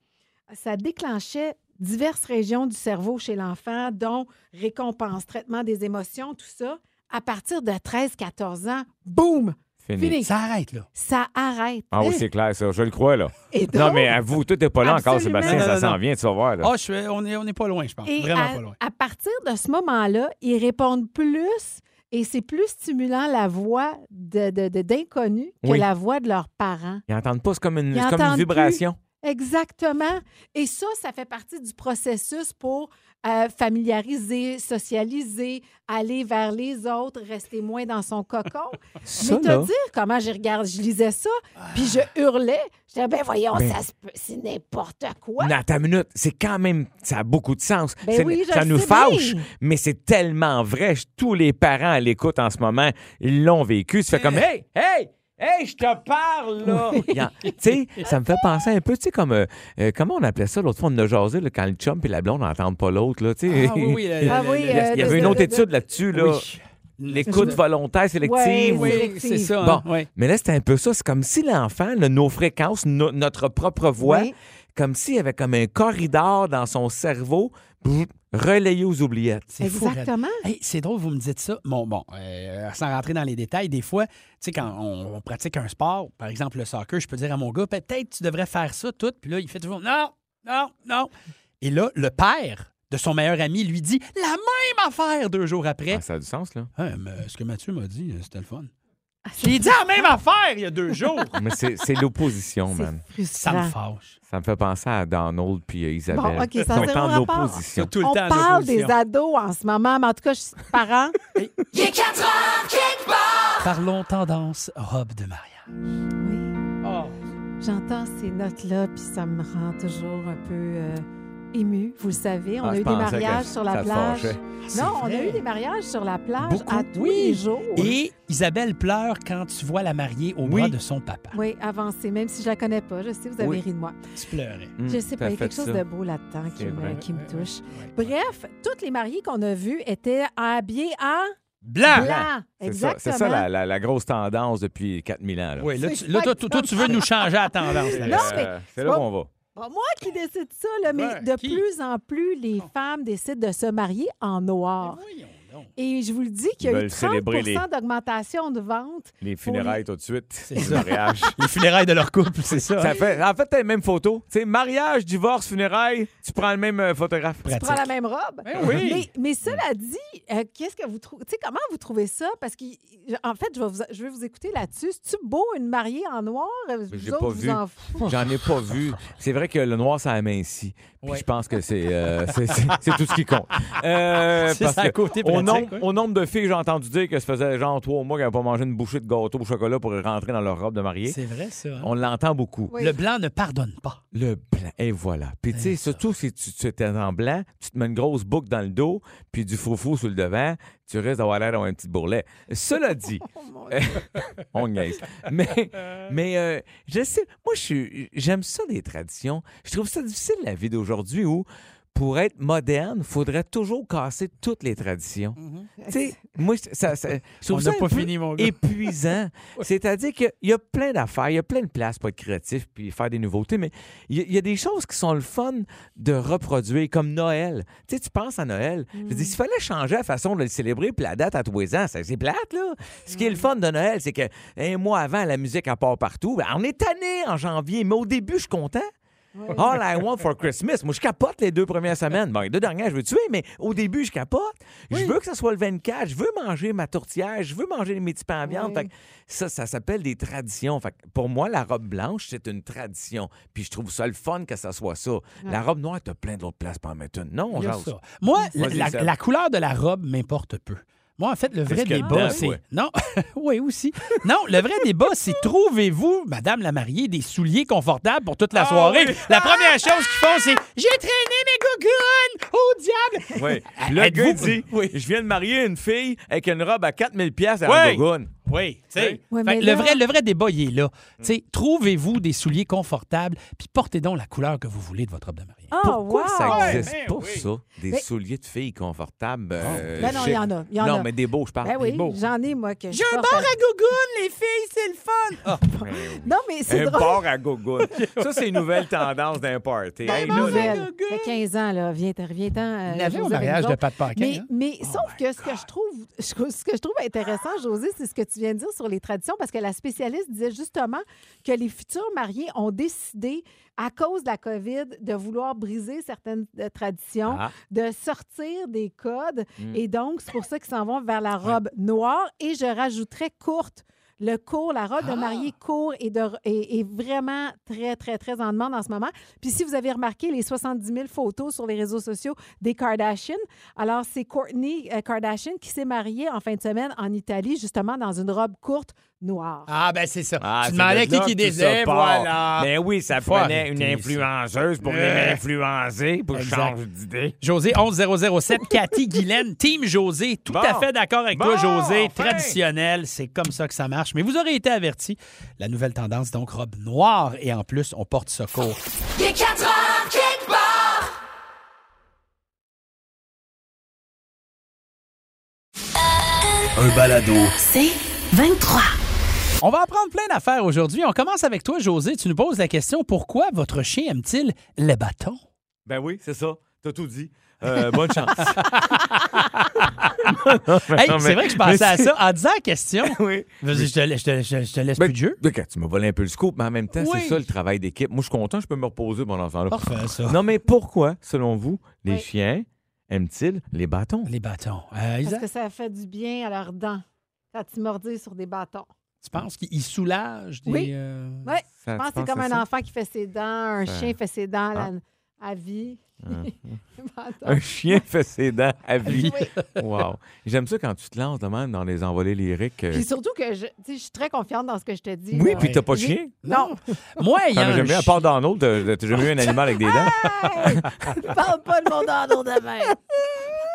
Speaker 6: ça déclenchait diverses régions du cerveau chez l'enfant, dont récompense, traitement des émotions, tout ça. À partir de 13-14 ans, boum!
Speaker 5: Fini.
Speaker 6: Fini.
Speaker 5: Ça
Speaker 4: arrête, là.
Speaker 6: Ça arrête.
Speaker 5: Ah oui,
Speaker 6: Eh,
Speaker 5: c'est clair, ça. Je le crois, là.
Speaker 6: Et donc-
Speaker 5: non, mais avoue, tout n'est pas là encore,
Speaker 6: Absolument.
Speaker 5: Sébastien.
Speaker 6: Non,
Speaker 5: ça
Speaker 6: non,
Speaker 5: s'en
Speaker 6: non. Oh.
Speaker 5: vient, tu vas voir. là.
Speaker 4: Ah, je suis- on, est, on est pas loin, je pense.
Speaker 6: Et
Speaker 4: Vraiment
Speaker 6: à,
Speaker 4: pas loin.
Speaker 6: à partir de ce moment-là, ils répondent plus et c'est plus stimulant la voix de- de- de- d'inconnus de,
Speaker 5: Oui.
Speaker 6: que la voix de leurs parents.
Speaker 5: Ils n'entendent pas, c'est comme une,
Speaker 6: Ils
Speaker 5: c'est comme une
Speaker 6: entendent
Speaker 5: vibration.
Speaker 6: plus. Exactement. Et ça, ça fait partie du processus pour euh, familiariser, socialiser, aller vers les autres, rester moins dans son cocon.
Speaker 5: Ça,
Speaker 6: Mais
Speaker 5: là. Ah.
Speaker 6: te dire comment je regarde, je lisais ça, puis je hurlais. Je disais, ben voyons,
Speaker 5: Ben.
Speaker 6: ça se peut, c'est n'importe quoi.
Speaker 5: Non, attends une minute. C'est quand même. Ça a beaucoup de sens.
Speaker 6: Ben
Speaker 5: C'est-
Speaker 6: oui, je
Speaker 5: ça
Speaker 6: le
Speaker 5: nous
Speaker 6: sais
Speaker 5: fâche,
Speaker 6: bien.
Speaker 5: mais c'est tellement vrai. Je- Tous les parents à l'écoute en ce moment, ils l'ont vécu. Tu fais comme Hey, hey! Hey, je te parle, là! Il y en- tu sais, ça me fait penser un peu, tu sais, comme. euh, euh, comment on appelait ça l'autre fois? On a jasé, là, quand le chum et la blonde n'entendent pas l'autre, là, tu sais.
Speaker 4: Ah oui, oui, le- le- Ah oui,
Speaker 5: Il y a-
Speaker 4: euh,
Speaker 5: il y avait
Speaker 4: de-
Speaker 5: une
Speaker 4: de-
Speaker 5: autre
Speaker 4: de-
Speaker 5: étude là-dessus, là.
Speaker 4: Oui.
Speaker 5: L'écoute volontaire sélective.
Speaker 4: Ouais, oui, c'est ça,
Speaker 5: Bon,
Speaker 4: hein, ouais.
Speaker 5: mais là, c'est un peu ça. C'est comme si l'enfant, là, nos fréquences, no- notre propre voix,
Speaker 6: Oui.
Speaker 5: comme s'il y avait comme un corridor dans son cerveau brou- relayé aux oubliettes.
Speaker 4: C'est fou, Red. Hey, c'est drôle, vous me dites ça. Bon, bon, euh, sans rentrer dans les détails, des fois, tu sais, quand on, on pratique un sport, par exemple le soccer, je peux dire à mon gars, peut-être tu devrais faire ça tout. Puis là, il fait toujours non, non, non. Et là, le père de son meilleur ami lui dit la même affaire deux jours après.
Speaker 5: Ah,
Speaker 4: Hein,
Speaker 5: ça a du sens, là.
Speaker 4: ce que Mathieu m'a dit, euh, c'était le fun. J'ai dit la même affaire il y a deux jours.
Speaker 5: Mais c'est c'est l'opposition, man.
Speaker 4: Ça me fâche.
Speaker 5: Ça me fait penser à Donald puis à Isabelle.
Speaker 6: Bon, OK,
Speaker 5: Ils
Speaker 6: ça
Speaker 5: sont
Speaker 6: zéro
Speaker 5: en
Speaker 6: rapport.
Speaker 5: opposition.
Speaker 6: On parle des
Speaker 4: hein.
Speaker 6: ados en ce moment, mais en tout cas, je suis parent.
Speaker 1: Il est 4 ans, kickbar!
Speaker 4: Parlons tendance robe de mariage. Ah.
Speaker 6: J'entends ces notes-là, puis ça me rend toujours un peu euh, émue. Vous le savez, on
Speaker 4: Ah,
Speaker 6: a
Speaker 4: je
Speaker 6: eu des
Speaker 4: pensais
Speaker 6: mariages
Speaker 4: que
Speaker 6: sur la
Speaker 4: ça te
Speaker 6: plage.
Speaker 4: fâchait. c'est
Speaker 6: non, on a
Speaker 4: vrai.
Speaker 6: eu des mariages sur la plage
Speaker 4: Beaucoup,
Speaker 6: à tous
Speaker 4: oui.
Speaker 6: les jours.
Speaker 4: Et Isabelle pleure quand tu vois la mariée au bras de son papa.
Speaker 6: Oui, avancez, même si je la connais pas. Je sais, vous avez
Speaker 4: Oui. Hum,
Speaker 6: ri de moi.
Speaker 4: Tu pleurais.
Speaker 5: Mm,
Speaker 6: je sais pas, il y a quelque chose de beau là-dedans
Speaker 4: C'est
Speaker 6: qui, me-
Speaker 4: vrai.
Speaker 6: qui me touche. Bref, toutes les mariées qu'on a vues étaient habillées en
Speaker 4: Blanc.
Speaker 5: C'est ça,
Speaker 6: Exactement.
Speaker 5: c'est ça la, la- la grosse tendance depuis 4000 ans. Là.
Speaker 4: Oui, là, tu, là, toi, toi, toi, tu veux nous changer la tendance. là.
Speaker 6: Non, mais
Speaker 5: euh, c'est là
Speaker 6: pas-
Speaker 5: qu'on va.
Speaker 6: Pas Bah, moi qui décide ça, là, mais
Speaker 4: Ben,
Speaker 6: de
Speaker 4: qui?
Speaker 6: plus en plus, les femmes décident de se marier en noir. Et je vous le dis qu'il y
Speaker 5: Ils
Speaker 6: a eu
Speaker 5: veulent célébrer
Speaker 6: 30
Speaker 5: les-
Speaker 6: d'augmentation de vente.
Speaker 5: Les funérailles tout de suite. Le
Speaker 4: ça.
Speaker 5: mariage.
Speaker 4: Les funérailles de leur couple, c'est ça.
Speaker 5: Ça fait, en fait, t'as les mêmes photos. Tu sais, mariage, divorce, funérailles, tu prends le même euh, photographe.
Speaker 6: Tu prends la même robe.
Speaker 5: oui.
Speaker 6: Mais, mais cela dit, euh, qu'est-ce que vous trouvez? Tu sais, comment vous trouvez ça? Parce que, en fait, je vais vous, je vais vous écouter là-dessus. C'est-tu beau une mariée en noir? Euh, Vous
Speaker 5: J'ai
Speaker 6: autres,
Speaker 5: pas
Speaker 6: vous
Speaker 5: vu.
Speaker 6: en fous.
Speaker 5: J'en ai pas vu. C'est vrai que le noir, ça amincit. Puis je pense que c'est euh, c'est- c'est- c'est tout ce qui compte. Euh,
Speaker 4: C'est
Speaker 5: parce
Speaker 4: ça,
Speaker 5: que
Speaker 4: côté
Speaker 5: au,
Speaker 4: pratique,
Speaker 5: nombre,
Speaker 4: oui.
Speaker 5: au nombre de filles, j'ai entendu dire que ça faisait genre trois mois qu'elles n'avaient pas mangé une bouchée de gâteau au chocolat pour rentrer dans leur robe de mariée.
Speaker 4: C'est vrai, ça. hein?
Speaker 5: On l'entend beaucoup.
Speaker 4: Le blanc ne pardonne pas.
Speaker 5: Le blanc. Et voilà. Puis, tu sais, surtout si tu, tu étais en blanc, tu te mets une grosse boucle dans le dos, puis du foufou sur le devant, tu risques d'avoir l'air d'avoir un petit bourrelet. Cela dit,
Speaker 4: Oh,
Speaker 5: on niaise. Mais, mais euh, je sais, moi, je suis- j'aime ça, les traditions. Je trouve ça difficile, la vie d'aujourd'hui, où pour être moderne, faudrait toujours casser toutes les traditions. Tu sais, moi, je- ça, ça- je
Speaker 4: Mm-hmm.
Speaker 5: trouve
Speaker 4: On
Speaker 5: ça
Speaker 4: n'a
Speaker 5: un
Speaker 4: pas
Speaker 5: peu
Speaker 4: fini, mon gars.
Speaker 5: épuisant. C'est-à-dire qu'il y a plein d'affaires, il y a plein de places pour être créatif puis faire des nouveautés, mais il y a- il y, a des choses qui sont le fun de reproduire, comme Noël. Tu sais, tu penses à Noël. Je dis, s'il fallait changer la façon de le célébrer puis la date à tous les ans, ça, c'est plate, là. Ce qui est le fun de Noël, c'est que un mois avant, la musique, elle part partout. Ben, on est tanné en janvier, mais au début, je suis content. All I want for Christmas. Moi, je capote les deux premières semaines. Bon, les deux dernières, je veux tuer, mais au début, je capote. Je veux que ça soit le 24. Je veux manger ma tourtière. Je veux manger mes petits pains à viande. Fait que ça, ça s'appelle des traditions. Fait que pour moi, la robe blanche, c'est une tradition. Puis je trouve ça le fun que ça soit ça. La robe noire, t'as plein d'autres places pour en mettre une. Non,
Speaker 4: Il y a
Speaker 5: jase.
Speaker 4: ça. Moi, la,
Speaker 5: Vas-y,
Speaker 4: la-
Speaker 5: Seb.
Speaker 4: la couleur de la robe m'importe peu. Moi, en fait, le vrai
Speaker 5: qu'il y a
Speaker 4: débat,
Speaker 5: dedans,
Speaker 4: c'est.
Speaker 5: toi?
Speaker 4: Non, oui, aussi. Non, le vrai débat, c'est trouvez-vous, Madame la mariée, des souliers confortables pour toute la soirée. La première chose qu'ils font, c'est J'ai traîné mes gougounes! Au diable!
Speaker 5: Oui. Le gars
Speaker 4: Êtes-vous-
Speaker 5: dit, je viens de marier une fille avec une robe à 4000 pièces à
Speaker 4: Ouais.
Speaker 5: la Bourgogne.
Speaker 4: Oui, tu sais. Fait
Speaker 6: Ouais, mais
Speaker 4: que
Speaker 6: là-
Speaker 4: le, vrai, le vrai débat, il est là. Tu sais, Trouvez-vous des souliers confortables, puis portez donc la couleur que vous voulez de votre robe de mariage.
Speaker 6: Ah,
Speaker 5: Pourquoi
Speaker 6: wow!
Speaker 5: ça existe pas, ça? Des
Speaker 6: Ben Mais-
Speaker 5: souliers de filles confortables. euh,
Speaker 6: Ben non,
Speaker 5: chic.
Speaker 6: il y en a, il y en
Speaker 5: non,
Speaker 6: a.
Speaker 5: mais des beaux, je parle.
Speaker 6: Ben oui,
Speaker 5: des beaux.
Speaker 6: j'en ai, moi, que je
Speaker 11: J'ai un
Speaker 6: porte Ah, ben
Speaker 11: bord à gougoune, les filles, c'est le fun!
Speaker 6: Non, mais c'est
Speaker 5: un
Speaker 6: drôle.
Speaker 5: bar à gogo. ça, c'est une nouvelle tendance d'un party.
Speaker 6: Hey,
Speaker 5: Hey, là, là,
Speaker 6: Nouvelle. Fait 15 ans, là. Viens, viens ten
Speaker 4: Il l'avait au mariage de Pat Paquin,
Speaker 6: euh, Mais,
Speaker 4: hein?
Speaker 6: mais sauf que ce que je trouve, je- ce que je trouve intéressant, José, c'est ce que tu viens de dire sur les traditions, parce que la spécialiste disait justement que les futurs mariés ont décidé, à cause de la COVID, de vouloir briser certaines euh, traditions,
Speaker 11: Ah.
Speaker 6: de sortir des codes.
Speaker 11: Mm.
Speaker 6: Et donc, c'est pour ça qu'ils s'en vont vers la robe noire. Et je rajouterais courte. Le court, la robe de mariée court et, de, et- et vraiment très, très, très en demande en ce moment. Puis si vous avez remarqué les 70 000 photos sur les réseaux sociaux des Kardashian, alors c'est Courtney Kardashian qui s'est mariée en fin de semaine en Italie, justement dans une robe courte noire.
Speaker 4: Ah, ben c'est ça.
Speaker 5: Ah,
Speaker 4: tu
Speaker 5: c'est
Speaker 4: demandais
Speaker 5: de
Speaker 4: qui
Speaker 5: là
Speaker 4: qui
Speaker 5: que tout ça
Speaker 4: disait,
Speaker 5: part.
Speaker 4: voilà.
Speaker 5: Ben oui, ça
Speaker 4: Faut
Speaker 5: prenait une
Speaker 4: arrêter,
Speaker 5: influenceuse pour les
Speaker 4: Euh.
Speaker 5: influencer, pour
Speaker 4: Exact.
Speaker 5: changer d'idée.
Speaker 4: José 11007, Cathy Guylaine, Team José, tout
Speaker 5: Bon.
Speaker 4: à fait d'accord avec toi,
Speaker 5: Bon,
Speaker 4: José.
Speaker 5: enfin.
Speaker 4: Traditionnel, c'est comme ça que ça marche. Mais vous aurez été avertis. La nouvelle tendance, donc, robe noire. Et en plus, on porte secours.
Speaker 1: Il est 4 heures, kick barre.
Speaker 9: Un balado.
Speaker 2: C'est 23.
Speaker 4: On va apprendre plein d'affaires aujourd'hui. On commence avec toi, José. Tu nous poses la question pourquoi votre chien aime-t-il les bâtons?
Speaker 5: Ben oui, c'est ça. T'as tout dit. Euh, bonne chance.
Speaker 4: Hey, c'est vrai que je pensais à ça en disant la question.
Speaker 5: oui. Ben,
Speaker 4: Vas-y, je te, la- je te- je- je te laisse plus de jeu.
Speaker 5: tu m'as volé un peu le scoop, mais en même temps,
Speaker 4: Oui.
Speaker 5: c'est ça le travail d'équipe. Moi, je suis content, je peux me reposer, mon enfant. là.
Speaker 4: Parfait, ça.
Speaker 5: Non, mais pourquoi, selon vous, les
Speaker 6: Oui.
Speaker 5: chiens aiment-ils les bâtons?
Speaker 4: Les bâtons. Euh,
Speaker 6: Parce
Speaker 4: Isa,
Speaker 6: que ça fait du bien à leurs dents quand ils mordaient sur des bâtons.
Speaker 4: tu penses qu'il soulage des.
Speaker 6: Oui.
Speaker 4: euh,
Speaker 6: Oui,
Speaker 4: Ça-
Speaker 6: je
Speaker 4: tu
Speaker 6: pense que c'est
Speaker 4: penses
Speaker 6: comme
Speaker 4: à
Speaker 6: un
Speaker 4: ça? Ah.
Speaker 6: enfant qui fait ses dents, un
Speaker 5: Ça-
Speaker 6: chien fait ses dents à la- à vie.
Speaker 5: Un chien fait ses dents à vie.
Speaker 6: Oui.
Speaker 5: wow. J'aime ça quand tu te lances de même dans les envolées lyriques. euh,
Speaker 6: Puis surtout que je, tu sais, je suis très confiante dans ce que je te dis.
Speaker 5: Oui,
Speaker 6: là.
Speaker 5: puis t'as pas de
Speaker 6: J'ai-
Speaker 5: chien?
Speaker 6: Non.
Speaker 4: Moi,
Speaker 5: T'en as jamais, à part dans l'autre, t'as t'as jamais eu un animal avec des
Speaker 4: Ah!
Speaker 5: dents?
Speaker 6: Parle pas de mon dindon de mer.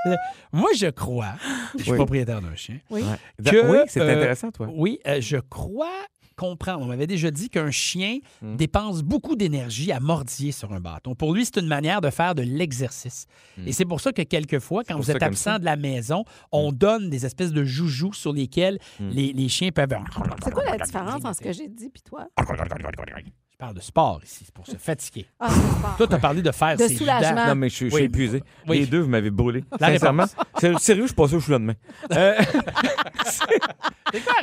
Speaker 4: Euh, Moi, je crois, je suis
Speaker 5: Oui.
Speaker 4: propriétaire d'un chien,
Speaker 6: Oui.
Speaker 5: Ouais. Oui, c'est intéressant, toi.
Speaker 4: Oui, euh, je crois comprendre. On m'avait déjà dit qu'un chien
Speaker 5: Mm.
Speaker 4: dépense beaucoup d'énergie à mordiller sur un bâton. Pour lui, c'est une manière de faire de l'exercice.
Speaker 5: Mm.
Speaker 4: Et c'est pour ça que quelquefois, quand
Speaker 5: pour
Speaker 4: vous
Speaker 5: ça
Speaker 4: êtes
Speaker 5: comme
Speaker 4: absent
Speaker 5: ça. Hmm.
Speaker 4: de la maison, on donne des espèces de joujoux sur lesquels
Speaker 5: Mm.
Speaker 4: les, les chiens peuvent...
Speaker 6: C'est
Speaker 4: Ah,
Speaker 6: quoi la différence entre ce que j'ai dit puis toi?
Speaker 4: Je parle de sport ici, c'est pour se fatiguer.
Speaker 6: Ah, c'est fort.
Speaker 4: Toi, t'as parlé de faire
Speaker 6: De
Speaker 4: ses
Speaker 6: soulagement.
Speaker 4: dents.
Speaker 5: Non, mais je, suis- je suis
Speaker 4: ah. Oui.
Speaker 5: épuisé.
Speaker 4: Oui.
Speaker 5: Les deux, vous m'avez brûlé.
Speaker 4: La
Speaker 5: Sincèrement.
Speaker 4: réponse.
Speaker 5: C'est- Sérieux, je suis pas sûr que je suis là demain. Euh,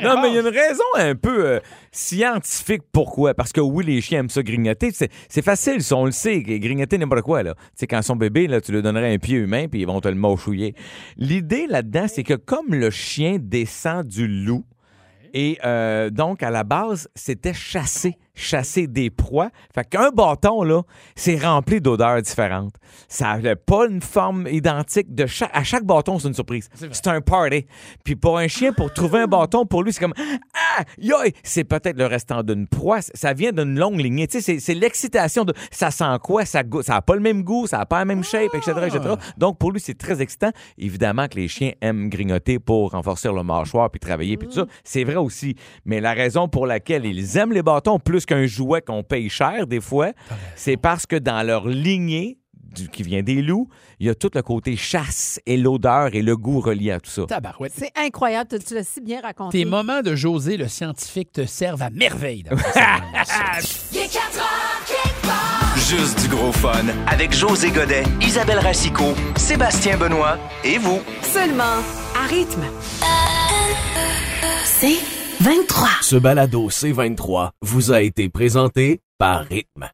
Speaker 4: la
Speaker 5: non, mais il y a une raison un peu euh, scientifique pourquoi. Parce que oui, les chiens aiment ça grignoter. C'est c'est facile, ça, on le sait. Grignoter n'importe quoi. Là. Tu sais, quand ils sont bébés, là, tu leur donnerais un pied humain puis ils vont te le mâchouiller. L'idée là-dedans, c'est que comme le chien descend du loup, et euh, donc, à la base, c'était chasser, chasser des proies. Fait qu'un bâton, là, c'est rempli d'odeurs différentes. Ça n'avait pas une forme identique. De chaque... À chaque bâton, c'est une surprise. C'est un party. Puis pour un chien, pour trouver un bâton, pour lui, c'est comme Ah, yoï! C'est peut-être le restant d'une proie. C- Ça vient d'une longue lignée. Tu sais, c'est- c'est l'excitation de ça sent quoi, ça n'a ça a pas le même goût, ça n'a pas la même shape, etc., etc. Donc, pour lui, c'est très excitant. Évidemment que les chiens aiment grignoter pour renforcer leur mâchoire puis travailler, puis tout ça. C'est vrai aussi. Mais la raison pour laquelle ils aiment les bâtons plus qu'un jouet qu'on paye cher, des fois, c'est parce que dans leur lignée, du- qui vient des loups, il y a tout le côté chasse et l'odeur et le goût relié à tout ça.
Speaker 4: Tabarouette.
Speaker 6: C'est incroyable. Tu- Tu l'as si bien raconté.
Speaker 4: Tes moments de José, le scientifique, te servent à merveille. d'après
Speaker 1: Il est 4 heures, kick barre.
Speaker 9: Juste du gros fun avec José Godet, Isabelle Racicot, Sébastien Benoît et vous.
Speaker 2: Seulement à rythme. C'est 23.
Speaker 9: Ce balado C23 vous a été présenté par Rythme.